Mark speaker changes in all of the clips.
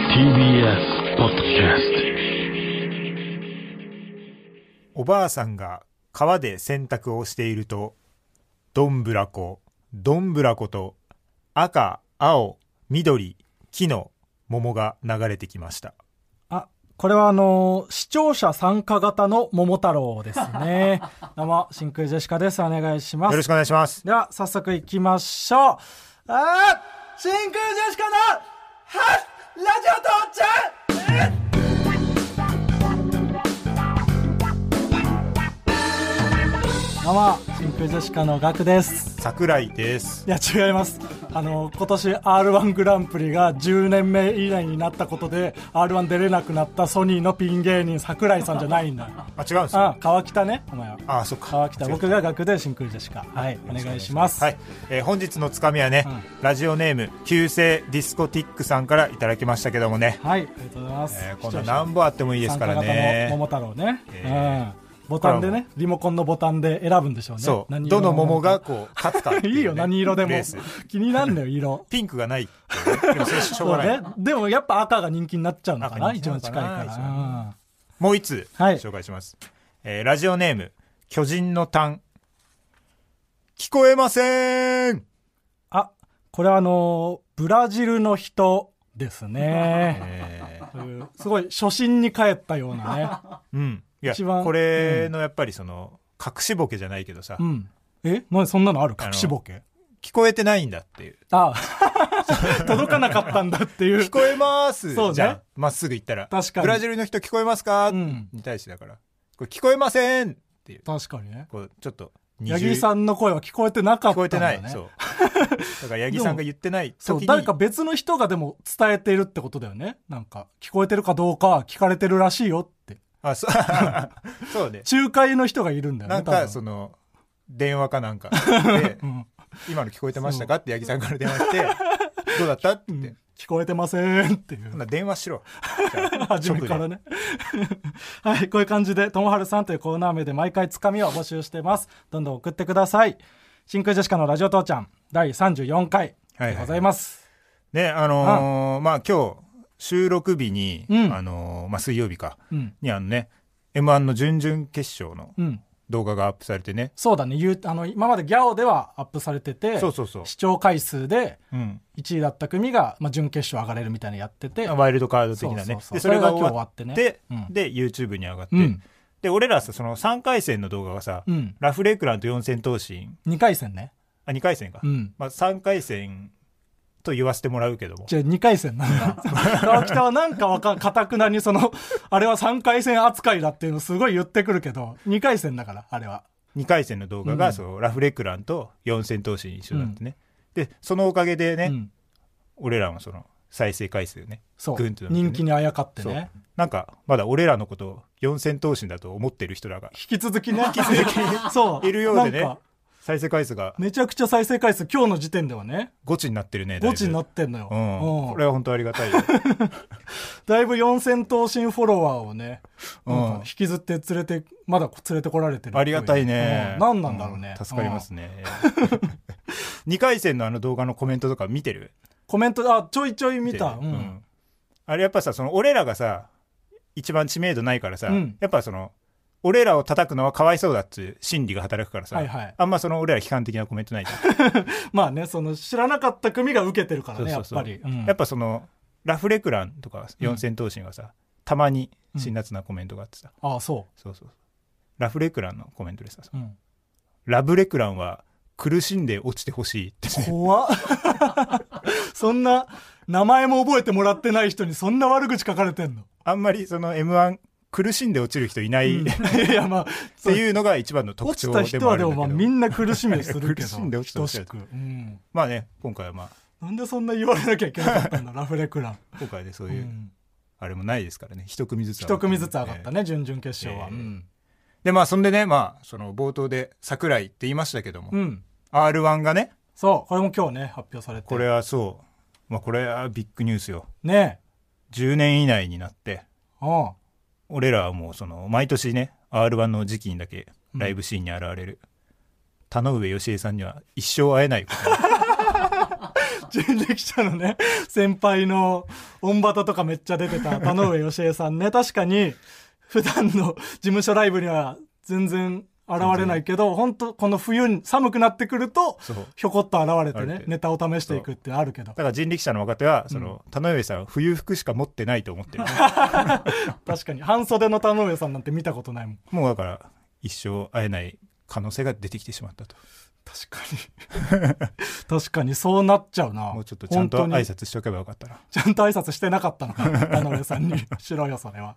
Speaker 1: TBS ポッドキャス
Speaker 2: おばあさんが川で洗濯をしていると、どんぶらこ、どんぶらこと、赤、青、緑、木の桃が流れてきました。
Speaker 3: あ、これはあのー視聴者参加型の桃太郎ですね。どうも、真空ジェシカです。お願いしま
Speaker 2: よろ
Speaker 3: す
Speaker 2: し。くお願いします。
Speaker 3: では、早速行きましょう。あー真空ジェシカの、はラジオ父ちゃんどうも、真空ジェシカのガクです。
Speaker 2: 桜井です。
Speaker 3: いや違いますあの今年 r 1グランプリが10年目以内になったことで r 1出れなくなったソニーのピン芸人桜井さんじゃないんだ
Speaker 2: あ、違うんです
Speaker 3: あ
Speaker 2: か
Speaker 3: 川北ねお前は
Speaker 2: あ、そっか。
Speaker 3: 川北
Speaker 2: 間違えた
Speaker 3: 僕が楽で真空ジェシカはいお願いします
Speaker 2: はい、えー本日のつかみはね、ラジオネーム旧姓ディスコティックさんからいただきましたけどもね、
Speaker 3: はいありがとうございます、
Speaker 2: えー、今度何本あってもいいですから
Speaker 3: 参加型の
Speaker 2: ね
Speaker 3: 桃太郎ね、
Speaker 2: え
Speaker 3: うんボタンでねリモコンのボタンで選ぶんでしょうね
Speaker 2: そう、
Speaker 3: 何色
Speaker 2: どの桃がこう勝つかってうね、
Speaker 3: いいよ何色でも
Speaker 2: レース
Speaker 3: 気になんのよ色
Speaker 2: ピンクがないっていうねでもそれしょうがない、
Speaker 3: そうねでもやっぱ赤が人気になっちゃうのかな
Speaker 2: 赤人気
Speaker 3: 一
Speaker 2: なの
Speaker 3: 番
Speaker 2: か
Speaker 3: 近い
Speaker 2: な
Speaker 3: から、
Speaker 2: 一
Speaker 3: うん
Speaker 2: 番もう一つ
Speaker 3: はい
Speaker 2: 紹介します、えーラジオネーム巨人の単聞こえません、
Speaker 3: あ、これはあのーブラジルの人で すね。
Speaker 2: えー
Speaker 3: うんすごい、初心に帰ったような ね。
Speaker 2: うんいや
Speaker 3: 一番
Speaker 2: これのやっぱりその隠しボケじゃないけどさ、
Speaker 3: うん。えなんでそんなのある
Speaker 2: あの
Speaker 3: 隠しボケ
Speaker 2: 聞こえてないんだっていう
Speaker 3: あ 届かなかったんだっ ていう
Speaker 2: 聞。こえます
Speaker 3: そうね
Speaker 2: じゃんまっすぐ行ったら
Speaker 3: 確かに
Speaker 2: ブラジルの人聞こえますか、
Speaker 3: うん
Speaker 2: に対してだからこれ聞こえませんっていう
Speaker 3: 確かにね。
Speaker 2: こうちょっと
Speaker 3: 八木さ
Speaker 2: ん
Speaker 3: んの声は聞こえてな
Speaker 2: 聞
Speaker 3: かった
Speaker 2: こ
Speaker 3: ん
Speaker 2: えて
Speaker 3: だ、
Speaker 2: ない、
Speaker 3: ね。
Speaker 2: そうだから八木さんが言ってない
Speaker 3: そう。
Speaker 2: 時に
Speaker 3: 誰か別の人がでも伝えているってことだよね。なんか、聞こえてるかどうか聞かれてるらしいよって。
Speaker 2: あそう そうね
Speaker 3: 仲介の人がいるんだよね。
Speaker 2: なん
Speaker 3: 多
Speaker 2: か
Speaker 3: 分
Speaker 2: その電話かなんか で、
Speaker 3: ん
Speaker 2: 今の聞こえてましたかって八木さんから電話 して「どうだった?」って、
Speaker 3: うん聞こえてませんってい
Speaker 2: そ。
Speaker 3: うん
Speaker 2: な電話しろ
Speaker 3: 初めからね。 はい、こういう感じで、ともはるさんというコーナー名で毎回つかみを募集してます。どんどん送ってください。真空ジェシカのラジオ父ちゃん、第34回でございます。
Speaker 2: ねあのーまあ今日収録日に、
Speaker 3: うん
Speaker 2: あのーまあ、水曜日か、
Speaker 3: うん
Speaker 2: にあのね m 1の準々決勝の
Speaker 3: うん。
Speaker 2: 動画がアップされてね、
Speaker 3: そうだね、ゆうあの、今までギャオではアップされてて、
Speaker 2: そうそうそう
Speaker 3: 視聴回数で
Speaker 2: うん、
Speaker 3: 1位だった組が、まあ、準決勝上がれるみたいなのやってて、
Speaker 2: ワイルドカード的なね
Speaker 3: そうそうそう
Speaker 2: でそれが
Speaker 3: それが
Speaker 2: 終
Speaker 3: 今日
Speaker 2: わって
Speaker 3: 終わってねうん
Speaker 2: で YouTube に上がって、
Speaker 3: うん
Speaker 2: で俺らさその3回戦の動画がさ、
Speaker 3: うん
Speaker 2: ラフレクランと四千頭身
Speaker 3: 2回戦ね。
Speaker 2: あ2回戦か、
Speaker 3: うん
Speaker 2: まあ、3回戦と言わせてもらうけども
Speaker 3: じゃあ2回戦なんだ。 川北はなんかわかん、かたくなにその、あれは3回戦扱いだっていうのすごい言ってくるけど、2回戦だから、あれは。
Speaker 2: 2回戦の動画
Speaker 3: う
Speaker 2: が
Speaker 3: ん
Speaker 2: そのラフレクランと四千頭身一緒だってね、でそのおかげでね、
Speaker 3: うん
Speaker 2: 俺らもその再生回数ね
Speaker 3: そう、
Speaker 2: ぐんと伸びてね
Speaker 3: 人気にあやかって
Speaker 2: そう
Speaker 3: ね
Speaker 2: なんかまだ俺らのことを四千頭身だと思ってる人らが
Speaker 3: 引き続 きね引き続き そう
Speaker 2: いるようで
Speaker 3: なん
Speaker 2: ね
Speaker 3: か
Speaker 2: 再生回数が
Speaker 3: めちゃくちゃ再生回数今日の時点ではね
Speaker 2: ゴチになってるねだい
Speaker 3: ゴ
Speaker 2: ぶ
Speaker 3: チになってんのよ、
Speaker 2: うん、
Speaker 3: うん
Speaker 2: これは本当ありがたいよ
Speaker 3: だいぶ4000頭身フォロワーをね、
Speaker 2: うん
Speaker 3: なんか引きずって連れてまだ連れてこられてる
Speaker 2: ありがたいね、
Speaker 3: うん何なんだろうね、
Speaker 2: ん助かります
Speaker 3: うん
Speaker 2: ね 二回戦のあの動画のコメントとか見てる
Speaker 3: コメントあちょいちょい見た、
Speaker 2: って
Speaker 3: うん
Speaker 2: あれやっぱさその俺らがさ一番知名度ないからさ、
Speaker 3: うん
Speaker 2: やっぱその俺らを叩くのはかわいそうだっつう心理が働くからさ、
Speaker 3: はいはい
Speaker 2: あんまその俺ら批判的なコメントないじゃん
Speaker 3: まあねその知らなかった組が受けてるからねやっぱり、うん
Speaker 2: やっぱそのラフレクランとか四千頭身はさ、たまに辛辣なコメントがあってさ、
Speaker 3: ああそ
Speaker 2: そうそうそうラフレクランのコメントでさ
Speaker 3: う、うん、
Speaker 2: ラブレクランは苦しんで落ちてほしいって ね、
Speaker 3: 怖っ そんな名前も覚えてもらってない人にそんな悪口書かれてんの
Speaker 2: あんまりその m 1苦しんで落ちる人いない、
Speaker 3: うん
Speaker 2: っ
Speaker 3: いやまあ
Speaker 2: ていうのが一番の特
Speaker 3: 落ち
Speaker 2: 徴
Speaker 3: た人はでもまあ
Speaker 2: あるんだけど
Speaker 3: みんな苦しみをするけど
Speaker 2: 苦しんで落ちてほしい
Speaker 3: 等く、うん、
Speaker 2: まあね今回はまあ
Speaker 3: なんでそんな言われなきゃいけなか ったんだラフレクラン、
Speaker 2: 今回でそう
Speaker 3: う
Speaker 2: いう、
Speaker 3: ん、
Speaker 2: あれもないですからね一組ずつ上がっ
Speaker 3: 一
Speaker 2: てる
Speaker 3: 組ずつ上がった
Speaker 2: え
Speaker 3: ね、準々決勝は、
Speaker 2: えええでまあそんでねまあその冒頭で桜井って言いましたけども、
Speaker 3: うん、うん、
Speaker 2: r 1がね
Speaker 3: そうこれも今日ね発表されて
Speaker 2: これはそう、まあ、これはビッグニュースよ
Speaker 3: ね
Speaker 2: 10年以内になって
Speaker 3: えうん
Speaker 2: 俺らはもうその毎年ね r 1の時期にだけライブシーンに現れる、田上義恵さんには一生会えないこと
Speaker 3: 人力車のね、先輩のオンバタとかめっちゃ出てた田上義恵さんね、確かに、普段の事務所ライブには全然現れないけど、本当この冬に寒くなってくると
Speaker 2: そう、
Speaker 3: ひょこっと現れて
Speaker 2: 現れ
Speaker 3: ね、
Speaker 2: て
Speaker 3: ネタを試していくってあるけど
Speaker 2: だ。から人力車の若手は、その、田上さんは冬服しか持ってないと思って る。
Speaker 3: 確かに、半袖の田上さんなんて見たことないもん。
Speaker 2: もうだから、一生会えない可能性が出てきてしまったと。
Speaker 3: 確かに。確かに、そうなっちゃうな。
Speaker 2: もうちょっとちゃんと
Speaker 3: 本当
Speaker 2: 挨
Speaker 3: に
Speaker 2: 拶しておけばよかったな。
Speaker 3: ちゃんと挨拶してなかったのか、田上さ んに。しろよ、それは。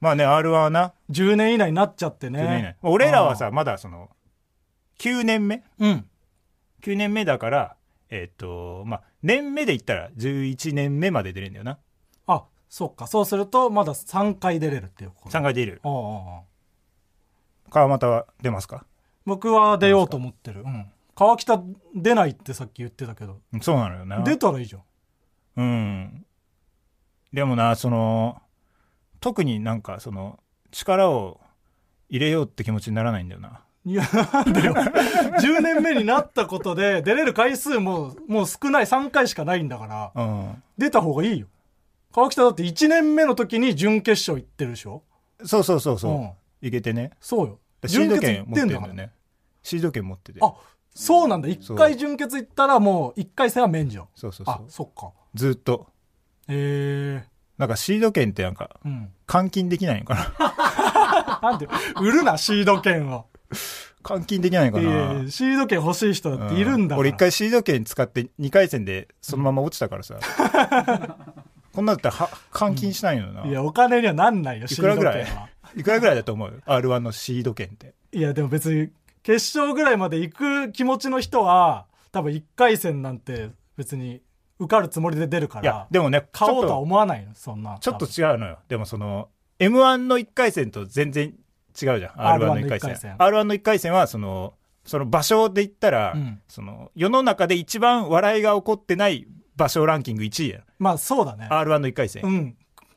Speaker 2: まあね、R1 はな、
Speaker 3: 10年以内になっちゃってね。
Speaker 2: 10年以内まあ俺らはさ、まだその、9年目
Speaker 3: うん。
Speaker 2: ?9 年目だから、えっ、と、まあ、年目で言ったら11年目まで出れるんだよな。
Speaker 3: あ、そっか。そうすると、まだ3回出れるっていうこと。
Speaker 2: 3回出る。
Speaker 3: ああああ
Speaker 2: 川又は出ますか
Speaker 3: 僕は出ようと思ってる。うん。川北出ないってさっき言ってたけど、
Speaker 2: うんそうなのよな。
Speaker 3: 出たらいいじゃん。
Speaker 2: うん。でもな、その、特になんかその、力を入れようって気持ちにならないんだよな。
Speaker 3: いや、なんでよ。10年目になったことで、出れる回数も、もう少ない3回しかないんだから、
Speaker 2: うん。
Speaker 3: 出た方がいいよ。川北だって1年目の時に準決勝行ってるでしょ
Speaker 2: そうそうそうそう。
Speaker 3: うん
Speaker 2: いけてね。
Speaker 3: そうよ。
Speaker 2: だシード権
Speaker 3: 準
Speaker 2: 持ってんだ
Speaker 3: 行
Speaker 2: よ
Speaker 3: から。
Speaker 2: ね。シード権持ってて。
Speaker 3: あ、そうなんだ。1
Speaker 2: そう
Speaker 3: 回準決行ったらもう1回戦は免除。
Speaker 2: そうそうそ
Speaker 3: あ
Speaker 2: う、。
Speaker 3: そっか。
Speaker 2: ずっと。
Speaker 3: へえ。
Speaker 2: なんかシード権ってなんか、
Speaker 3: うん。
Speaker 2: 換金できないのか な
Speaker 3: なんで、売るな、シード権を。
Speaker 2: 換金できないの
Speaker 3: い
Speaker 2: かな
Speaker 3: やいやシード権欲しい人だっているんだから。
Speaker 2: う俺一回シード権使って2回戦でそのまま落ちたからさ。 こんなんだったらは換金しないのよな。
Speaker 3: いや、お金にはなんないよ、
Speaker 2: いくらぐら
Speaker 3: シー
Speaker 2: い
Speaker 3: ド権は。
Speaker 2: いくらぐらいだと思う ?R1 のシード権って。
Speaker 3: いや、でも別に、決勝ぐらいまで行く気持ちの人は、多分1回戦なんて別に受かるつもりで出るか
Speaker 2: いや
Speaker 3: ら、、
Speaker 2: でもね、
Speaker 3: 買おうと
Speaker 2: ち
Speaker 3: は
Speaker 2: ょっ
Speaker 3: 思わないよ、そんな。
Speaker 2: とちょっと違うのよ。でもその、M1 の1回戦と全然違うじゃん。R1 の
Speaker 3: R1 の
Speaker 2: 1
Speaker 3: 一
Speaker 2: 回
Speaker 3: 回
Speaker 2: 戦
Speaker 3: 戦。
Speaker 2: R1 の1回戦は、その、その場所で言ったら、
Speaker 3: うん
Speaker 2: その、世の中で一番笑いが起こってない場所ランキング1位やん。
Speaker 3: まあ、そうだね。
Speaker 2: R1 の1回戦。
Speaker 3: うん。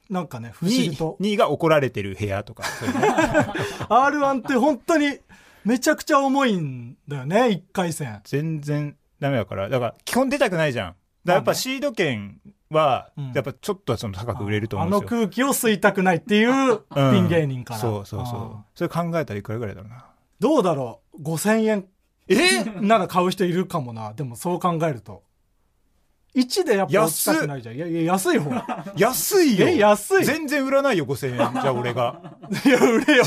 Speaker 3: なんかね、不思
Speaker 2: 2
Speaker 3: 議
Speaker 2: 位
Speaker 3: と。
Speaker 2: 2位が怒られてる部屋とか。そういう ね
Speaker 3: R1 って本当に、めちゃくちゃ重いんだよね、1回戦。
Speaker 2: 全然ダメだから。だから、基本出たくないじゃん。だからやっぱシード権は
Speaker 3: うん、
Speaker 2: やっぱちょっとはその高く売れると思
Speaker 3: あ
Speaker 2: うんです
Speaker 3: の
Speaker 2: よ。
Speaker 3: 空気を吸いたくないっていう
Speaker 2: うん
Speaker 3: ピン芸人から。
Speaker 2: そうそうそ
Speaker 3: あ
Speaker 2: う
Speaker 3: あ。
Speaker 2: それ考えたらいくらぐらいだろうな。
Speaker 3: どうだろう ?5000 円
Speaker 2: え
Speaker 3: なら買う人いるかもな。でもそう考えると。1でやっぱ落ちたくないじゃん。いやいや、安い方。
Speaker 2: 安いよ
Speaker 3: え安い
Speaker 2: 全然売らないよ5000円じゃ あ俺が
Speaker 3: いや、売れよ。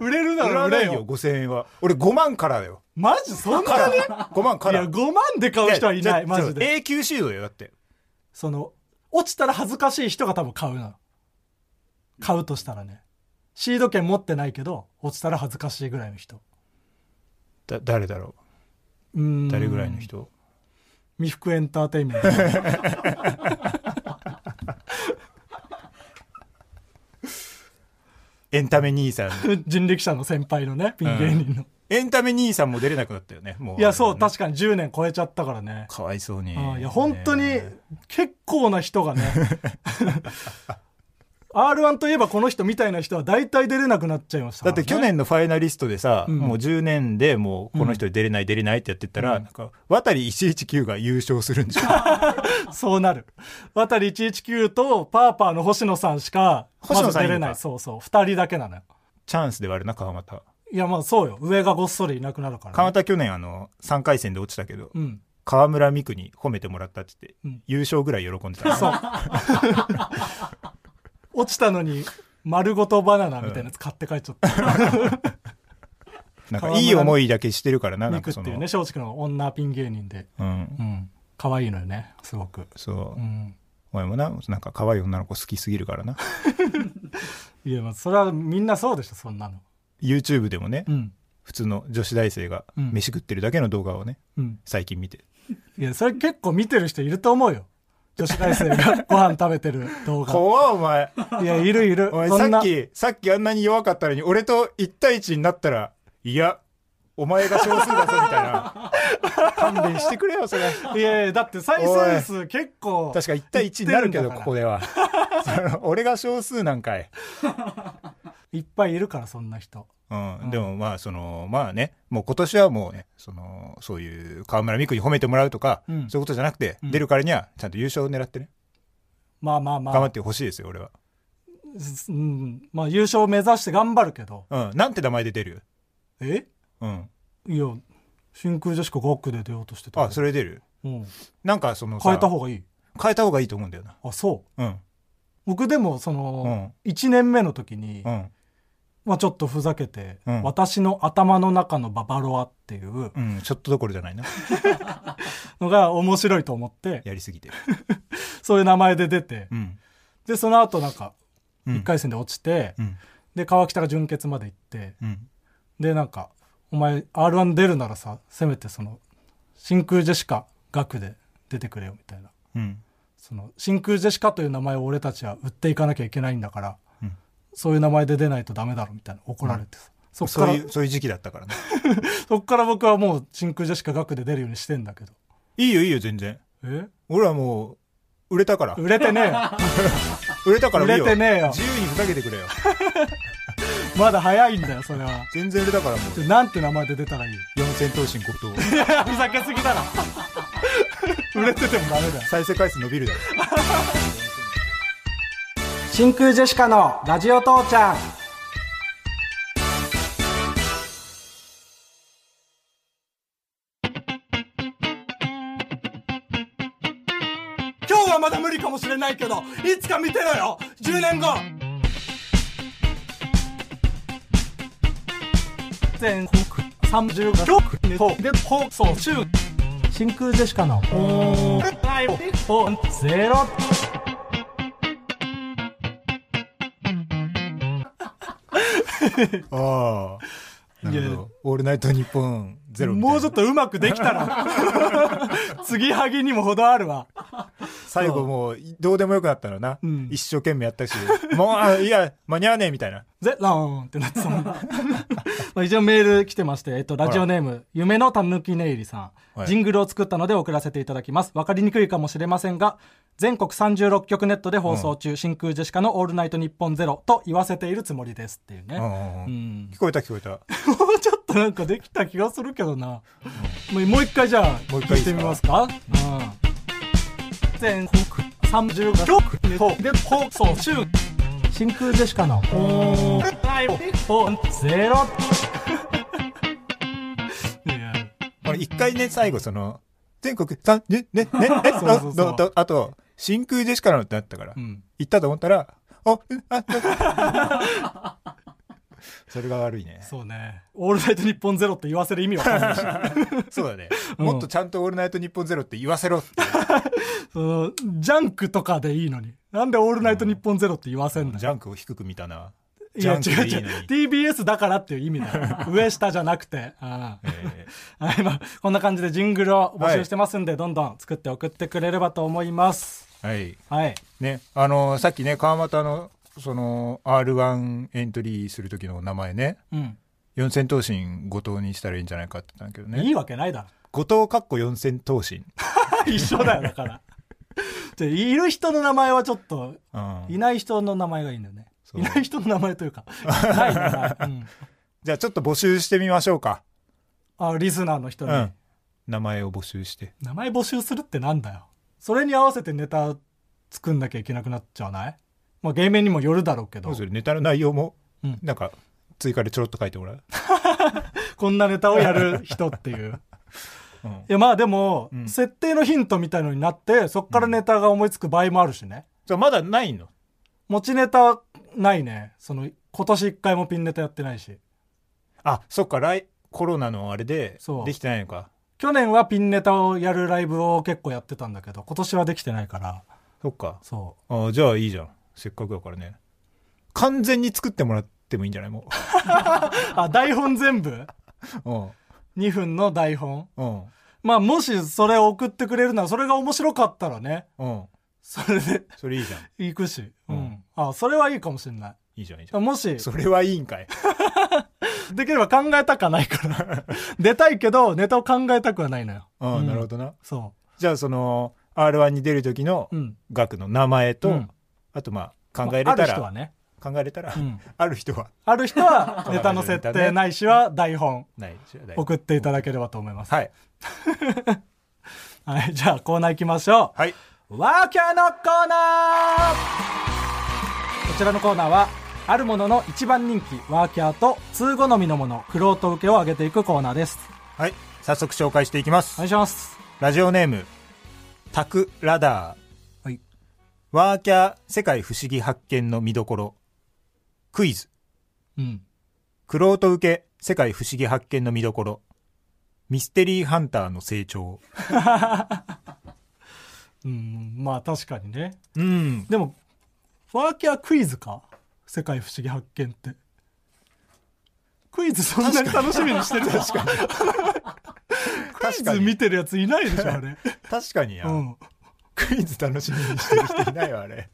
Speaker 3: 売れるな
Speaker 2: 売
Speaker 3: ら
Speaker 2: ら
Speaker 3: 売
Speaker 2: な
Speaker 3: れ
Speaker 2: いよ
Speaker 3: よ。
Speaker 2: 5000円は俺5万からだよ
Speaker 3: マジそん
Speaker 2: か
Speaker 3: な
Speaker 2: ら
Speaker 3: にい
Speaker 2: 5万から
Speaker 3: や、5万で買う人はい
Speaker 2: じゃ
Speaker 3: な
Speaker 2: あ
Speaker 3: い、マジ
Speaker 2: じゃあ
Speaker 3: で。
Speaker 2: 永久シードだよだって
Speaker 3: その、落ちたら恥ずかしい人が多分買うの。買うとしたらね。シード権持ってないけど、落ちたら恥ずかしいぐらいの人。
Speaker 2: だ誰だろ
Speaker 3: うーん
Speaker 2: う誰ぐらいの人
Speaker 3: 未服エンターテイ ンメント。
Speaker 2: エンタメ兄さん
Speaker 3: 人力車の先輩のね、ピン芸人の。
Speaker 2: エンタメ兄さんも出れなくなったよねもう
Speaker 3: いや、そう、
Speaker 2: か
Speaker 3: 確かに10年超えちゃったからね。
Speaker 2: かわいそうに
Speaker 3: うんいや、本当に結構な人がね。R1 といえばこの人みたいな人は大体出れなくなっちゃいましたか
Speaker 2: だ
Speaker 3: ら
Speaker 2: っ
Speaker 3: ね、
Speaker 2: て去年のファイナリストでさ、
Speaker 3: うん
Speaker 2: もう10年でもうこの人出れない出れないってやってったら、
Speaker 3: うん
Speaker 2: なんか渡り119が優勝するんじゃん
Speaker 3: そうなる。渡り119とパーパーの星野さんしか、
Speaker 2: 星野さんいる
Speaker 3: まず出
Speaker 2: の
Speaker 3: れ
Speaker 2: か
Speaker 3: ない。そうそう。二人だけなのよ。
Speaker 2: チャンスではあるな川又
Speaker 3: いや、まあそうよ。上がごっそりいなくなるから、ね。
Speaker 2: 川又去年あの3回戦で落ちたけど、
Speaker 3: うん。
Speaker 2: 河村美久に褒めてもらったって言って、
Speaker 3: うん
Speaker 2: 優勝ぐらい喜んでた
Speaker 3: そう。落ちたのに、丸ごとバナナみた いなやつ買って帰っちゃった。
Speaker 2: なん
Speaker 3: 河
Speaker 2: か
Speaker 3: 村
Speaker 2: いい思いだけしてるからななん
Speaker 3: ミク
Speaker 2: かそ
Speaker 3: ってい
Speaker 2: の
Speaker 3: うね、松竹の女ピン芸人で。
Speaker 2: うん
Speaker 3: うん。可愛いのよね、すごく。
Speaker 2: そう、
Speaker 3: うん。
Speaker 2: お前もななんか可愛い女の子好きすぎるからな
Speaker 3: いや、まあそれはみんなそうでしょ、そんなの。
Speaker 2: YouTube でもね、
Speaker 3: うん。
Speaker 2: 普通の女子大生が
Speaker 3: うん
Speaker 2: 飯食ってるだけの動画をね
Speaker 3: うん。
Speaker 2: 最近見て
Speaker 3: いや、それ結構見てる人いると思うよ。女子大生 がご飯食べてる動画。
Speaker 2: 怖っお 前
Speaker 3: いや、いるいる。
Speaker 2: お前
Speaker 3: そん
Speaker 2: さ
Speaker 3: な
Speaker 2: っきさっきあんなに弱かったのに俺と1対1になったらいやお前が少数だぞみたいな 勘弁してくれよそれ
Speaker 3: いやいや、だって再生数結構。
Speaker 2: 確か1対1になるけ
Speaker 3: いっ
Speaker 2: ど
Speaker 3: てんだ
Speaker 2: こ
Speaker 3: から
Speaker 2: こではその俺が少数なんかい
Speaker 3: いっぱいいるからそんな人
Speaker 2: うん
Speaker 3: うん
Speaker 2: でもまあそのまあねもう今年はもうねそのそういう河村美空に褒めてもらうとか、
Speaker 3: うん
Speaker 2: そういうことじゃなくて、
Speaker 3: うん
Speaker 2: 出るからにはちゃんと優勝を狙ってね
Speaker 3: まあまあま
Speaker 2: 頑張
Speaker 3: あ
Speaker 2: ってほしいですよ俺は、
Speaker 3: うんまあ優勝を目指して頑張るけど
Speaker 2: うん、なんて名前で出るよ
Speaker 3: え
Speaker 2: うん
Speaker 3: いや真空ジェシカ5区で出ようとしてた
Speaker 2: あそれ出る
Speaker 3: うん、
Speaker 2: なんかそのさ
Speaker 3: 変えた方がいい
Speaker 2: 変えた方がいいと思うんだよな
Speaker 3: あそう
Speaker 2: うん
Speaker 3: 僕でもその、1年目の時に、
Speaker 2: うん
Speaker 3: まあ、ちょっとふざけて、
Speaker 2: うん
Speaker 3: 私の頭の中のババロア」っていう
Speaker 2: うんちょっとどころじゃないな
Speaker 3: のが面白いと思って
Speaker 2: やりすぎてる
Speaker 3: そういう名前で出て、
Speaker 2: うん
Speaker 3: でその後なんか
Speaker 2: うん
Speaker 3: 1回戦で落ちて、
Speaker 2: うん
Speaker 3: で川北が準決まで行って
Speaker 2: うん
Speaker 3: でなんか「お前 r 1出るならさせめてその真空ジェシカ学で出てくれよ」みたいな
Speaker 2: うん
Speaker 3: その真空ジェシカという名前を俺たちは売っていかなきゃいけないんだから、
Speaker 2: うん
Speaker 3: そういう名前で出ないとダメだろみたいな怒られてさ、そっ
Speaker 2: そ
Speaker 3: か
Speaker 2: う
Speaker 3: ら
Speaker 2: いうそういう時期だったからね
Speaker 3: そっから僕はもう真空ジェシカ学で出るようにしてんだけど
Speaker 2: いいよいいよ全然
Speaker 3: え
Speaker 2: 俺はもう売れたから
Speaker 3: 売れてねえよ
Speaker 2: 売れたからいいよ
Speaker 3: 売れてねえよ
Speaker 2: 自由にふざけてくれよ
Speaker 3: まだ早いんだよそれは
Speaker 2: 全然売れたからもう
Speaker 3: ちょなんて名前で出たらいい
Speaker 2: 四千頭身こと
Speaker 3: いやふざけすぎ だろ売れててもダメだよ
Speaker 2: 再生回数伸びるだろ
Speaker 3: 真空ジェシカのラジオ父ちゃん今日はまだ無理かもしれないけどいつか見てろよ10年後全国35局ネットで放送中真空ジェシカのオンラインオンゼロ
Speaker 2: ああなるほ
Speaker 3: いや
Speaker 2: ど「オールナイトニッポンゼロみたいな
Speaker 3: もうちょっとうまくできたら 継ぎはぎにも程あるわ
Speaker 2: 最後もうどうでもよくなったのな、
Speaker 3: うん
Speaker 2: 一生懸命やったし もうあいや間に合わねえみたいな
Speaker 3: ゼラーンってなってたもんまあ一応メール来てまして、えっと、ラジオネーム夢のたぬきねいりさん、
Speaker 2: はい
Speaker 3: ジングルを作ったので送らせていただきますわかりにくいかもしれませんが全国36局ネットで放送中、真空ジェシカの「オールナイトニッポンゼロと言わせているつもりですっていう
Speaker 2: うん
Speaker 3: ね、
Speaker 2: うんう
Speaker 3: うんん、
Speaker 2: 聞こえた聞こえた
Speaker 3: もうちょっとなんかできた気がするけどな、もうもう一回じゃあ
Speaker 2: もう一回い
Speaker 3: し
Speaker 2: いですか
Speaker 3: てみますかうん、全国35局で放送中真空ジェシカの「オーライオンゼロ」 いや
Speaker 2: これ一回ね最後その全国三ねね ねね
Speaker 3: そうそうそう
Speaker 2: どどあと真空ジェシカのってなったから、
Speaker 3: うん
Speaker 2: 行ったと思ったらあうんああ それが悪いね
Speaker 3: そうね「オールナイトニッポンゼロって言わせる意味わか んないし
Speaker 2: そうだね、
Speaker 3: うん
Speaker 2: もっとちゃんと「オールナイトニッポンゼロって言わせろって
Speaker 3: そのジャンクとかでいいのになんで「オールナイトニッポンゼロって言わせんだ
Speaker 2: ジ
Speaker 3: よ
Speaker 2: ャンクを低く見たな。
Speaker 3: い
Speaker 2: ジ
Speaker 3: や
Speaker 2: ャン
Speaker 3: 違
Speaker 2: ク
Speaker 3: う
Speaker 2: でい
Speaker 3: 違
Speaker 2: いの
Speaker 3: う
Speaker 2: に。
Speaker 3: TBS だからっていう意味 だよ上下じゃなくてああ
Speaker 2: え
Speaker 3: はい、まあ、こんな感じでジングルを募集してますんで、どんどん作って送ってくれればと思います。
Speaker 2: ーはい。
Speaker 3: はい。
Speaker 2: ね、あの、さっきね、川又の、その、R1 エントリーする時の名前ね、
Speaker 3: うん。
Speaker 2: 四千頭身後藤にしたらいいんじゃないかって言ったんだけど
Speaker 3: い
Speaker 2: ね。
Speaker 3: いわけないだ
Speaker 2: 後藤かっこ四千頭身。
Speaker 3: ろ。 一緒だよ、だ から。じゃあいる人の名前はちょっと、
Speaker 2: うん
Speaker 3: いない人の名前がいいんだよね。
Speaker 2: そう
Speaker 3: いない人の名前というか、ない名前。うん。
Speaker 2: じゃあちょっと募集してみましょうか。
Speaker 3: あ、リスナーの人
Speaker 2: う
Speaker 3: に、
Speaker 2: ん。名前を募集して。
Speaker 3: 名前募集するってなんだよ。それに合わせてネタ作んなきゃいけなくなっちゃわないまあ、芸名にもよるだろうけ
Speaker 2: ど
Speaker 3: ど
Speaker 2: う、するネタの内容も
Speaker 3: うん、
Speaker 2: なんか、追加でちょろっと書いてもらう。
Speaker 3: こんなネタをやる人っていう。
Speaker 2: うん
Speaker 3: いやまあでも、
Speaker 2: うん
Speaker 3: 設定のヒントみたいのになってそっからネタが思いつく場合もあるしね、
Speaker 2: じゃあまだないの
Speaker 3: 持ちネタないねその今年一回もピンネタやってないし
Speaker 2: あ、そっか、来、コロナのあれで
Speaker 3: そう、
Speaker 2: できてないのか。
Speaker 3: 去年はピンネタをやるライブを結構やってたんだけど今年はできてないから
Speaker 2: そっか。
Speaker 3: そ
Speaker 2: ああじゃあいいじゃんせっかくだからね完全に作ってもらってもいいんじゃないも
Speaker 3: うあ台本全部
Speaker 2: う
Speaker 3: 2分の台本
Speaker 2: うんうん
Speaker 3: まあもしそれを送ってくれるならそれが面白かったらね
Speaker 2: うん
Speaker 3: それで
Speaker 2: それいいじゃん
Speaker 3: 行くし、う
Speaker 2: うんん
Speaker 3: あそれはいいかもしれない
Speaker 2: いいじゃんいいじゃん
Speaker 3: もし
Speaker 2: それはいいんかい
Speaker 3: できれば考えたくはないから 出たいけどネタを考えたくはないのよ
Speaker 2: ああ、
Speaker 3: うん
Speaker 2: なるほどな
Speaker 3: そ
Speaker 2: じゃあその r 1に出る時の
Speaker 3: ううん
Speaker 2: 額の名前と、
Speaker 3: うん
Speaker 2: あとまあ考えれた
Speaker 3: ある人
Speaker 2: ら、
Speaker 3: はね、
Speaker 2: 考えれたら、
Speaker 3: うん
Speaker 2: ある人は
Speaker 3: ある人は ネタの設定ないしは台本
Speaker 2: ないじゃない
Speaker 3: 送っていただければと思います。
Speaker 2: はい
Speaker 3: はい、じゃあコーナー行きましょう。
Speaker 2: はい
Speaker 3: ワーキャーのコーナーこちらのコーナーは、あるものの一番人気、ワーキャーと、通好みのもの、クロート受けを上げていくコーナーです。
Speaker 2: はい早速紹介していきます、
Speaker 3: お願いします。
Speaker 2: ラジオネームタクラダー
Speaker 3: はい。
Speaker 2: ワーキャー世界不思議発見の見どころクイズ
Speaker 3: うん。
Speaker 2: クロート受け世界不思議発見の見どころミステリーハンターの成長
Speaker 3: うん、まあ確かにね。
Speaker 2: うん
Speaker 3: でも、ワーキャークイズか世界不思議発見って。クイズそんなに楽しみにしてる確かに。 クイ
Speaker 2: 確か
Speaker 3: ズ
Speaker 2: に
Speaker 3: 見てるやついないでしょ、あれ。
Speaker 2: 確かにや、
Speaker 3: うん。
Speaker 2: クイズ楽しみにしてる人いないわあ れ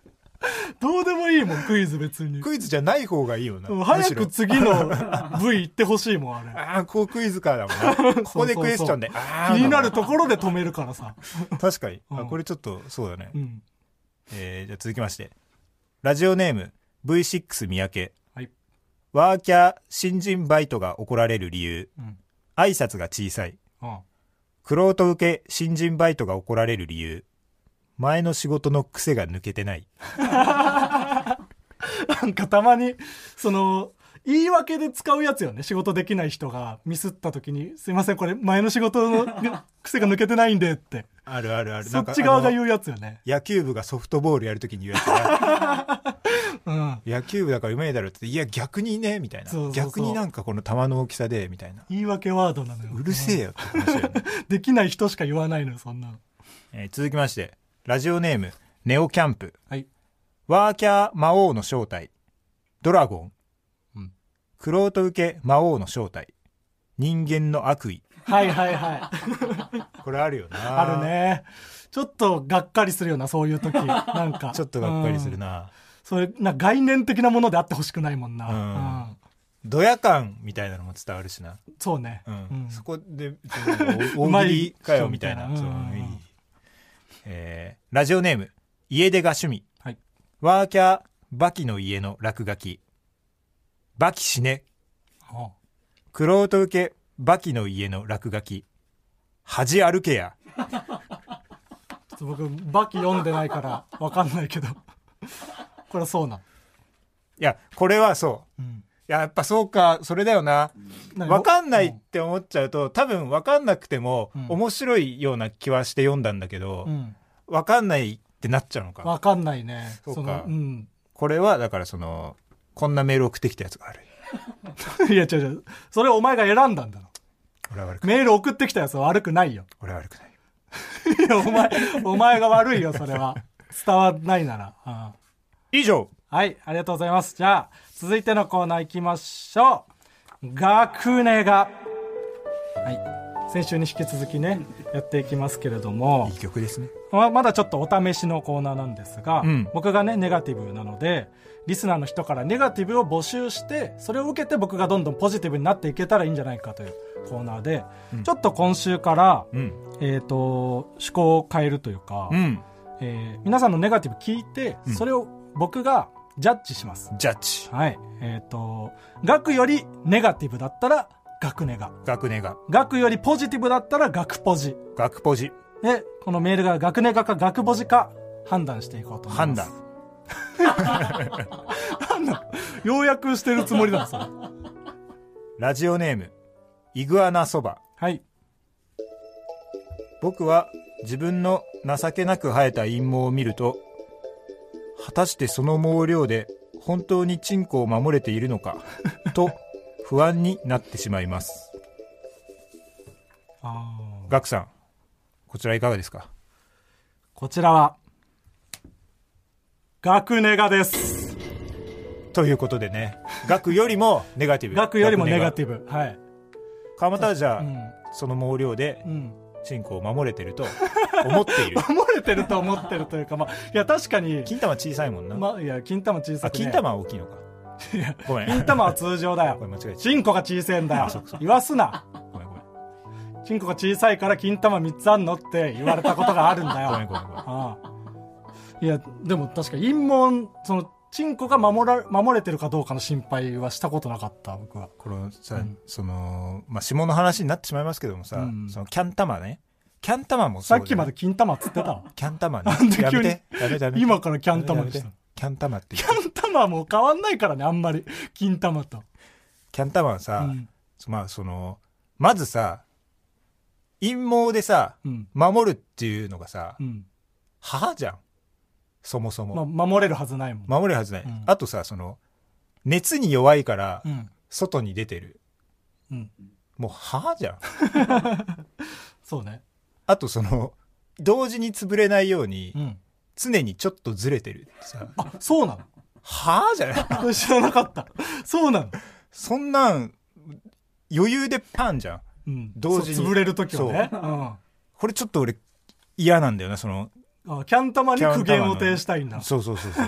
Speaker 3: どうでもいいもん、クイズ別に。
Speaker 2: クイズじゃない方がいいよな、
Speaker 3: うん
Speaker 2: む
Speaker 3: 早
Speaker 2: しろ
Speaker 3: く次の部位行ってほしいもん、あれ。
Speaker 2: ああこうクイズか だもんなここでクエスチョンであー
Speaker 3: 気になるところで止めるからさ。
Speaker 2: 確かに、
Speaker 3: う
Speaker 2: あ
Speaker 3: ん
Speaker 2: これちょっとそうだね、
Speaker 3: うん。
Speaker 2: えーじゃあ続きましてラジオネーム V6 三宅
Speaker 3: はい。
Speaker 2: ワーキャー新人バイトが怒られる理由
Speaker 3: うん。
Speaker 2: 挨拶が小さい
Speaker 3: あ
Speaker 2: クロート受け新人バイトが怒られる理由前の仕事の癖が抜けてない
Speaker 3: なんかたまに、その、言い訳で使うやつよね。仕事できない人がミスった時に、すいません、これ前の仕事のね癖が抜けてないん でって。
Speaker 2: あるあるある
Speaker 3: そっち側が
Speaker 2: う
Speaker 3: 言うやつよね。
Speaker 2: 野球部がソフトボールやるときに言うやつが
Speaker 3: うん。
Speaker 2: 野球部だからうめえだろっていや逆にねみたいな
Speaker 3: そうそうそう
Speaker 2: 逆になんかこの球の大きさでみたい な
Speaker 3: 言い訳ワードなのよ。
Speaker 2: うるせえよって話だよね、
Speaker 3: うん。できない人しか言わないのよ、そんなの。
Speaker 2: えー続きましてラジオネームネオキャンプ
Speaker 3: はい。
Speaker 2: ワーキャー魔王の正体ドラゴン、
Speaker 3: うん
Speaker 2: クロート受け魔王の正体人間の悪意
Speaker 3: はいはいはい。
Speaker 2: これあるよな
Speaker 3: あるね。ちょっとがっかりするよな、そういう時。なんか。
Speaker 2: ちょっとがっかりする
Speaker 3: うん。
Speaker 2: な、
Speaker 3: それ、な概念的なものであってほしくないもんな。
Speaker 2: うん
Speaker 3: うん
Speaker 2: ドヤ感みたいなのも伝わるしな、
Speaker 3: そうね。
Speaker 2: うん
Speaker 3: うん
Speaker 2: そこ でお
Speaker 3: うま
Speaker 2: 大
Speaker 3: い
Speaker 2: 喜利かよみたいな
Speaker 3: うん
Speaker 2: そう
Speaker 3: うん
Speaker 2: いいえーラジオネーム家出が趣味
Speaker 3: はい。
Speaker 2: ワーキャーバキの家の落書きバキ死ね
Speaker 3: あ
Speaker 2: クロート受けバキの家の落書き恥歩けや
Speaker 3: ちょっと僕、バキ読んでないからわかんないけど。これそうなん。
Speaker 2: いやこれはそう
Speaker 3: うん。
Speaker 2: いややっぱそうかそれだよな分かんないって思っちゃうと多分分かんなくても
Speaker 3: うん
Speaker 2: 面白いような気はして読んだんだけど、
Speaker 3: うん。
Speaker 2: 分かんないってなっちゃうのか
Speaker 3: わかんないね。
Speaker 2: そうか
Speaker 3: のうん。
Speaker 2: これはだからそのこんなメール送ってきたやつがある
Speaker 3: いや、違う違う。それお前が選んだんだろ。
Speaker 2: 俺は悪くない
Speaker 3: メール送ってきたやつは悪くないよ。
Speaker 2: 俺は悪くない
Speaker 3: いや、お前、お前が悪いよ、それは。伝わんないなら。うん
Speaker 2: 以上
Speaker 3: はい、ありがとうございます。じゃあ、続いてのコーナー行きましょう。学ネガ。はい。先週に引き続きね、やっていきますけれども
Speaker 2: いい、曲ですね
Speaker 3: まあまだちょっとお試しのコーナーなんですが、
Speaker 2: うん
Speaker 3: 僕がね、ネガティブなので、リスナーの人からネガティブを募集して、それを受けて僕がどんどんポジティブになっていけたらいいんじゃないかというコーナーで、ちょっと今週から、
Speaker 2: うん
Speaker 3: えっ、と、趣向を変えるというか、
Speaker 2: うん
Speaker 3: えー皆さんのネガティブ聞いて、
Speaker 2: うん
Speaker 3: それを僕がジャッジします。
Speaker 2: ジャッジ
Speaker 3: はい。えっ、と、学よりネガティブだったら学ネガ。
Speaker 2: 学ネガ
Speaker 3: 学よりポジティブだったら学ポジ。
Speaker 2: 学ポジ
Speaker 3: で、このメールが学ネガか学ポジか判断していこうと思い
Speaker 2: 判
Speaker 3: ます。
Speaker 2: 断
Speaker 3: 判断。ようやくしてるつもりなんですよ。
Speaker 2: ラジオネームイグアナそば
Speaker 3: はい。
Speaker 2: 僕は自分の情けなく生えた陰謀を見ると果たしてその毛量で本当にチンコを守れているのか と不安になってしまいます
Speaker 3: あー
Speaker 2: ガクさんこちらいかがですか
Speaker 3: こちらは、学ネガです。
Speaker 2: ということでねガクよりもネガティブ
Speaker 3: 学よりもネガ
Speaker 2: ィ
Speaker 3: ティブ。はい。
Speaker 2: ブ川又はじゃあ、
Speaker 3: うん。
Speaker 2: その毛量で
Speaker 3: うん。
Speaker 2: チンコを守れてると思ってい る
Speaker 3: 守れてると思ってるというか、まあ、いや、確かに、
Speaker 2: 金玉小さいもんな、
Speaker 3: まあ、いや、金玉小さ
Speaker 2: あ
Speaker 3: く、ね、
Speaker 2: 金玉は大きいのかごめん
Speaker 3: 金玉は通常だよ
Speaker 2: ご。めん間違えちゃっ
Speaker 3: チンコが小さいんだよ
Speaker 2: あそっかそっ。か
Speaker 3: 言わすな。
Speaker 2: たごめんごめん
Speaker 3: チンコが小さいから金玉3つあんのって言われたことがあるんだよ。
Speaker 2: ごめんごめんごめん
Speaker 3: ああいや、でも確か陰謀、その、チンコが守ら守れてるかどうかの心配はしたことなかった僕は
Speaker 2: このさ、
Speaker 3: うん
Speaker 2: その、まあ、下の話になってしまいますけどもさ、
Speaker 3: うん
Speaker 2: そのキャン玉ね。キャン玉もそ
Speaker 3: さ
Speaker 2: う
Speaker 3: っきまで
Speaker 2: で。
Speaker 3: 金玉っつってたの
Speaker 2: キャン玉ね
Speaker 3: なんで。急に
Speaker 2: やめて。やめてやめて。
Speaker 3: 今からキャン玉
Speaker 2: やめ
Speaker 3: でしてたの
Speaker 2: キャン玉って言う
Speaker 3: キャン玉はもう変わんないからねあんまり金玉と、
Speaker 2: キャン玉は
Speaker 3: う
Speaker 2: さ、
Speaker 3: ん
Speaker 2: まあその、まずさ、陰謀でさ、
Speaker 3: うん
Speaker 2: 守るっていうのがさ、
Speaker 3: うん
Speaker 2: 母じゃん。そもそも。
Speaker 3: ま、守れるはずないもん、
Speaker 2: 守るはずない、
Speaker 3: うん
Speaker 2: あとさその熱に弱いから
Speaker 3: うん
Speaker 2: 外に出てる、
Speaker 3: うん
Speaker 2: もう母じゃん
Speaker 3: そうね
Speaker 2: あとその同時に潰れないように
Speaker 3: うん
Speaker 2: 常にちょっとずれてるってさ
Speaker 3: あそうなの
Speaker 2: 母じゃん
Speaker 3: これ知らなかったそうなの
Speaker 2: そんなん余裕でパンじゃん
Speaker 3: うん
Speaker 2: 同時に
Speaker 3: そう潰れる時はねう
Speaker 2: これちょっと俺嫌なんだよなその
Speaker 3: んあキャン玉に苦言を呈したいんだ
Speaker 2: そうそうそうそう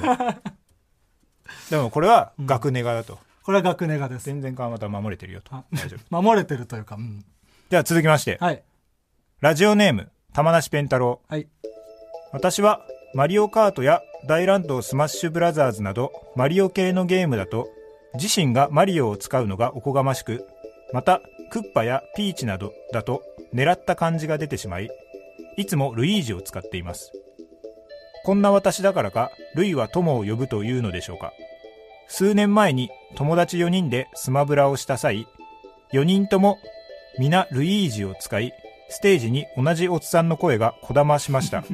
Speaker 2: でもこれは学ネガだと、
Speaker 3: これは学ネガです
Speaker 2: 全然川又は守れてるよと
Speaker 3: あ
Speaker 2: 大丈夫
Speaker 3: 守れてるというか、うん、
Speaker 2: では続きまして、
Speaker 3: はい
Speaker 2: ラジオネーム玉梨ペン太郎
Speaker 3: はい
Speaker 2: 私はマリオカートや大乱闘スマッシュブラザーズなどマリオ系のゲームだと自身がマリオを使うのがおこがましくまたクッパやピーチなどだと狙った感じが出てしまいいつもルイージを使っていますこんな私だからかルイは友を呼ぶというのでしょうか数年前に友達4人でスマブラをした際4人とも皆ルイージを使いステージに同じおっさんの声がこだましました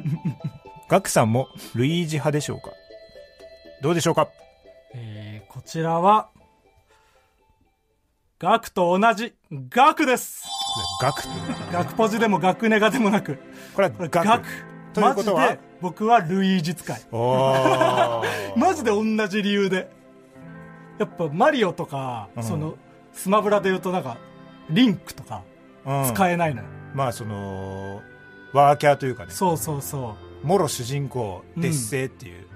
Speaker 2: ガクさんもルイージ派でしょうかどうでしょうか
Speaker 3: えー、こちらは学と同じ学です
Speaker 2: ガク。
Speaker 3: 学ポジでも学ネガでもなく
Speaker 2: これ
Speaker 3: こ
Speaker 2: は
Speaker 3: れ
Speaker 2: ガク。
Speaker 3: 学
Speaker 2: ということは
Speaker 3: マジで僕はルイージ使い
Speaker 2: おー
Speaker 3: マジで同じ理由でやっぱマリオとか、
Speaker 2: うん
Speaker 3: そのスマブラで言うとなんかリンクとか
Speaker 2: うん
Speaker 3: 使えないのよ、
Speaker 2: まあその、ワーキャーというかね、
Speaker 3: そうそうそう
Speaker 2: もろ主人公、劣勢っていう。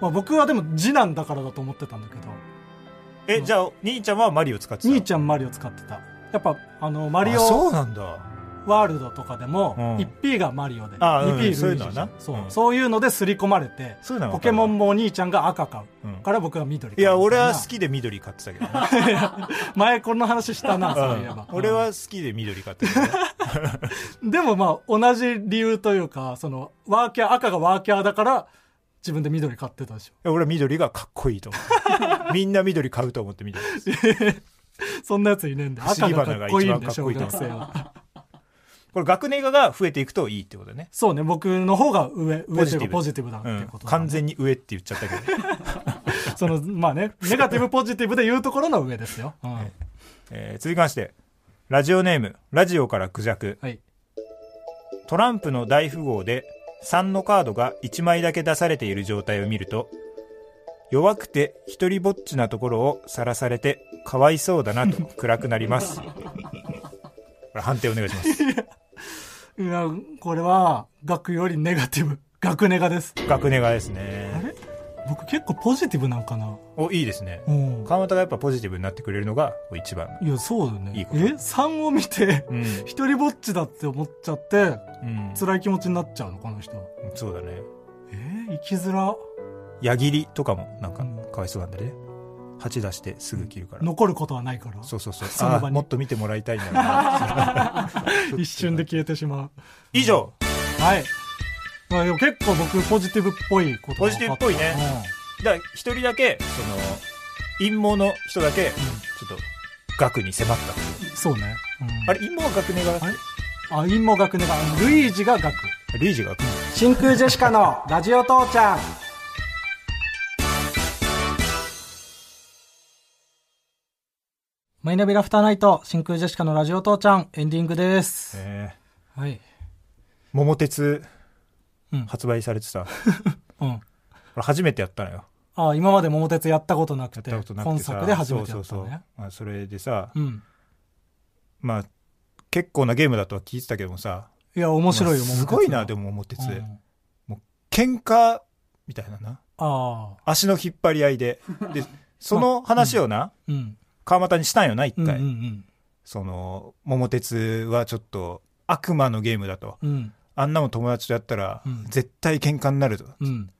Speaker 3: まあ、僕はでも次男だからだと思ってたんだけど
Speaker 2: え、
Speaker 3: うん
Speaker 2: じゃあ、兄ちゃんはマリオ使ってた
Speaker 3: 兄ちゃんマリオ使ってたやっぱあのマリ
Speaker 2: あ
Speaker 3: オ
Speaker 2: そうなんだ。
Speaker 3: ワールドとかでも
Speaker 2: うん
Speaker 3: 1P がマリオで
Speaker 2: あうん
Speaker 3: 2P
Speaker 2: そういう
Speaker 3: ルイージ
Speaker 2: の
Speaker 3: じ
Speaker 2: はな
Speaker 3: ゃ
Speaker 2: ん
Speaker 3: そう
Speaker 2: うん
Speaker 3: そういうのですり込まれて
Speaker 2: そういうのは
Speaker 3: ポ
Speaker 2: わか
Speaker 3: ケ
Speaker 2: る
Speaker 3: モンもお兄ちゃんが赤買
Speaker 2: うん
Speaker 3: うから僕は緑
Speaker 2: いや、俺は好
Speaker 3: き
Speaker 2: きで緑買ってたけどね。
Speaker 3: 前この話したな
Speaker 2: う
Speaker 3: そういえば
Speaker 2: ん俺は好きで緑買ってたけどね。
Speaker 3: でもまあ同じ理由というかそのワーキャー赤がワーキャーだから自分で緑買ってたでしょ
Speaker 2: いや俺は緑がかっこいいと思 う。みんな緑買うと思って緑。
Speaker 3: そんなやついねえんで
Speaker 2: 不思
Speaker 3: 赤
Speaker 2: 議
Speaker 3: が
Speaker 2: 花
Speaker 3: か
Speaker 2: が
Speaker 3: っ
Speaker 2: 一
Speaker 3: こ
Speaker 2: 番
Speaker 3: いい
Speaker 2: か
Speaker 3: ん
Speaker 2: っ
Speaker 3: で小
Speaker 2: こいいと思う
Speaker 3: 学生は
Speaker 2: これ学年が増えていくといいってことね。
Speaker 3: そうね、僕の方が上、上というかポ
Speaker 2: ポ
Speaker 3: ジ
Speaker 2: ジ
Speaker 3: ティブだって
Speaker 2: う
Speaker 3: いうんこと、だね、
Speaker 2: 完全に上って言っちゃったけど。
Speaker 3: その、まあね、ネガティブポジティブで言うところの上ですよ。うん
Speaker 2: えー続きましてラジオネームラジオからクジャク
Speaker 3: はい。
Speaker 2: トランプの大富豪で3のカードが1枚だけ出されている状態を見ると弱くて一人ぼっちなところをさらされてかわいそうだな と暗くなりますこれ判定お願いします
Speaker 3: いや、これは、学よりネガティブ。学ネガです。
Speaker 2: 学年がです
Speaker 3: あ
Speaker 2: ね
Speaker 3: れ僕結構ポジティブなんかな。
Speaker 2: おいいですね
Speaker 3: うん。
Speaker 2: 川本がやっぱポジティブになってくれるのが一番
Speaker 3: いや、そうだよね。
Speaker 2: いいこと
Speaker 3: え ?3 を見て、
Speaker 2: うん、
Speaker 3: 一人ぼっちだって思っちゃって、
Speaker 2: うん、
Speaker 3: 辛い気持ちになっちゃうの、この人。
Speaker 2: そうだね
Speaker 3: えー、生きづら。
Speaker 2: 矢切りとかもなんかかわいそうなんだね鉢出してすぐ切るから
Speaker 3: 残ることはないから。
Speaker 2: そうそうそう。
Speaker 3: その場に
Speaker 2: あーもっと見てもらいたいんだろう な
Speaker 3: 一瞬で消えてしまう。
Speaker 2: 以上、
Speaker 3: はい。まあ、でも結構僕、ポジティブっぽいことが
Speaker 2: ポジ
Speaker 3: 分かた
Speaker 2: ティブっぽいねだから一人だけ、その、陰謀の人だけ、ちょっと、額に迫った。
Speaker 3: うんそうね。うん
Speaker 2: あれ、陰謀は額ねが
Speaker 3: あれあ、陰謀学ねが、ルイージが学。
Speaker 2: リージが額。
Speaker 3: 真空ジェシカのラジオ父ちゃん。マイナビラフターナイト、真空ジェシカのラジオ父ちゃん、エンディングです。
Speaker 2: えー、
Speaker 3: はい。
Speaker 2: 桃鉄
Speaker 3: うん、
Speaker 2: 発売されてさ、こ
Speaker 3: うん。
Speaker 2: れ初めてやったのよ。
Speaker 3: あ今まで桃鉄やったことな
Speaker 2: や
Speaker 3: く、
Speaker 2: ってたことなく
Speaker 3: 本
Speaker 2: てさ。
Speaker 3: 作で初めてやった
Speaker 2: そうそうそ
Speaker 3: の
Speaker 2: う
Speaker 3: ね。。
Speaker 2: まあ、それでさ、
Speaker 3: うん。
Speaker 2: まあ、結構なゲームだとは聞いてたけどもさ、
Speaker 3: いや、面白い
Speaker 2: ま
Speaker 3: よ、
Speaker 2: あ
Speaker 3: 桃鉄
Speaker 2: すごいな、でも桃鉄。
Speaker 3: うん
Speaker 2: 喧嘩、みたいなな。
Speaker 3: ああ。
Speaker 2: 足の引っ張り合いで。 で、その話をな、
Speaker 3: うん。
Speaker 2: 川又にしたんよな、一
Speaker 3: うんうん
Speaker 2: 回。その、桃鉄はちょっと悪魔のゲームだと。
Speaker 3: うん。うん。
Speaker 2: あんなもん友達とやったら
Speaker 3: うん、
Speaker 2: 絶対喧嘩になると。
Speaker 3: うん。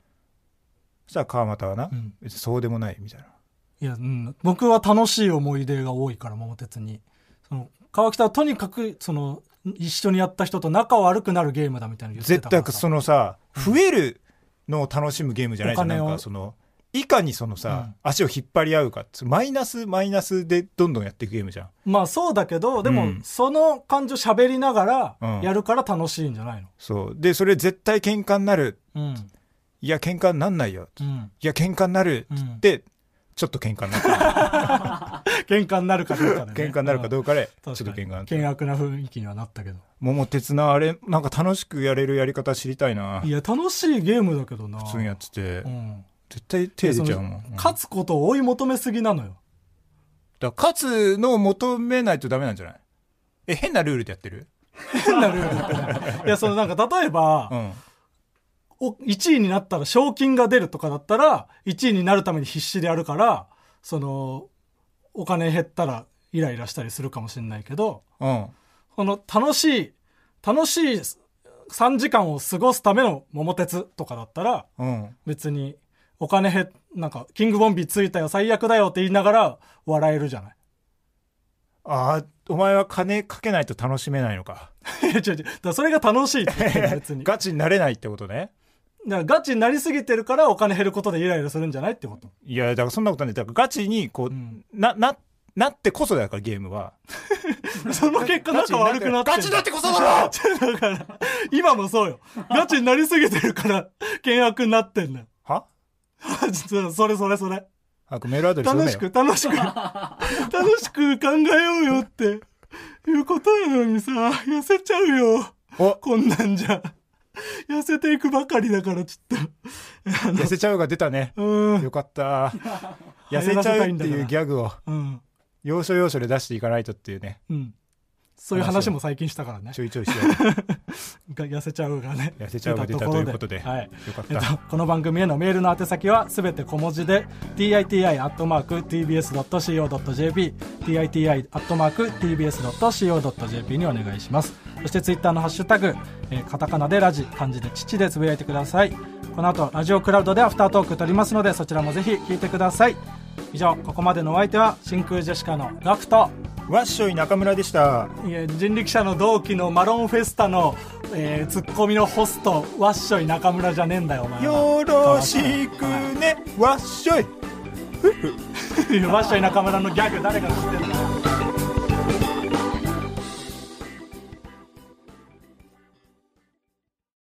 Speaker 2: そしたら川又はな、
Speaker 3: うん
Speaker 2: 別にそうでもないみたいな。
Speaker 3: いや、うん、僕は楽しい思い出が多いから桃鉄にその川北はとにかくその一緒にやった人と仲悪くなるゲームだみたいなの言って
Speaker 2: 絶
Speaker 3: たから
Speaker 2: 対
Speaker 3: さ
Speaker 2: そのさ、増えるのを楽しむゲームじゃないじゃん
Speaker 3: お
Speaker 2: な
Speaker 3: 金を
Speaker 2: んかそのいかにそのさ、足を引っ張り合うかってマイナスマイナスでどんどんやっていくゲームじゃん
Speaker 3: まあそうだけどでも、
Speaker 2: うん
Speaker 3: その感情喋りなが
Speaker 2: うん
Speaker 3: らやるから楽しいんじゃないの
Speaker 2: そうでそれ絶対喧嘩になる
Speaker 3: うん
Speaker 2: いや喧嘩になんないよ
Speaker 3: うん
Speaker 2: いや喧嘩になる
Speaker 3: う
Speaker 2: っ
Speaker 3: ん
Speaker 2: てちょっと喧嘩になった
Speaker 3: 喧嘩になるかどうかで、ね、
Speaker 2: 喧嘩になるかどうかでちょ
Speaker 3: うん
Speaker 2: っと
Speaker 3: 確
Speaker 2: 喧嘩
Speaker 3: かに
Speaker 2: になった
Speaker 3: 険悪な雰囲気にはなったけど
Speaker 2: 桃鉄なあれなんか楽しくやれるやり方知りたいない
Speaker 3: や楽しいゲームだけどな
Speaker 2: 普通にやってて
Speaker 3: うん
Speaker 2: 絶対手出ちゃうもん
Speaker 3: その
Speaker 2: うん
Speaker 3: 勝つことを追い求めすぎなのよ
Speaker 2: だから勝つのを求めないとダメなんじゃないえ変なルールでやってる
Speaker 3: 変なルールだった ねいやそのなんか例えば、
Speaker 2: うん
Speaker 3: お1位になったら賞金が出るとかだったら1位になるために必死でやるからそのお金減ったらイライラしたりするかもしれないけど
Speaker 2: うん
Speaker 3: この楽しい楽しい3時間を過ごすための桃鉄とかだったら
Speaker 2: うん
Speaker 3: 別にお金減っなんかキングボンビーついたよ最悪だよって言いながら笑えるじゃない
Speaker 2: ああ、お前は金かけないと楽しめないのか。
Speaker 3: いや違う違うだからそれが楽しいって言 ってるの別にだ
Speaker 2: ガ
Speaker 3: か
Speaker 2: チになれないってことね。
Speaker 3: らガチになりすぎてるからお金減ることでイライラするんじゃないってこと
Speaker 2: いや、だからそんなことない。だからガチに、こう、
Speaker 3: ん
Speaker 2: な、な、なってこそだからゲームは。
Speaker 3: その結果仲悪くなってんだ
Speaker 2: ガチになってこそだろ
Speaker 3: だ から、今もそうよ。ガチになりすぎてるから、険悪になってんのよ。
Speaker 2: は
Speaker 3: そうそれそれそれ。
Speaker 2: あ、メールアドレス
Speaker 3: 楽し
Speaker 2: 読めよ。
Speaker 3: く、楽 しく、楽しく考えようよって、いうことやのにさ、痩せちゃうよ。
Speaker 2: お、
Speaker 3: こんなんじゃ。痩せていくばかりだから、ちょっ
Speaker 2: 痩せちゃうが出たね。
Speaker 3: と。うん。
Speaker 2: よかった。 痩せ
Speaker 3: 流行
Speaker 2: ちゃ
Speaker 3: らせた
Speaker 2: う
Speaker 3: い
Speaker 2: っ
Speaker 3: ん
Speaker 2: て
Speaker 3: だから
Speaker 2: いうギャグを、
Speaker 3: うん。
Speaker 2: 要所要所で出していかないとっていうね。
Speaker 3: うん。そういう話も最近したからね
Speaker 2: ち。ょいちょいし よう。
Speaker 3: が痩せちゃうがね。
Speaker 2: 痩せちゃうが出たということで。
Speaker 3: はい。
Speaker 2: よかっ。
Speaker 3: えったと、この番組へのメールの宛先はすべて小文字で titi.tbs.co.jp titi.tbs.co.jp にお願いしますそしてツイッターのハッシュタグ、えーカタカナでラジ漢字で父でつぶやいてくださいこの後ラジオクラウドでアフタートーク取りますのでそちらもぜひ聞いてください以上ここまでのお相手は真空ジェシカのガクト
Speaker 2: わっしょい中村でした。
Speaker 3: いや人力車の同期のマロンフェスタの、えーツッコミのホストワッショイ中村じゃねえんだよお前は
Speaker 2: よろしくね。わっしょい。
Speaker 3: ワッショイ中村のギャグ誰が知ってるの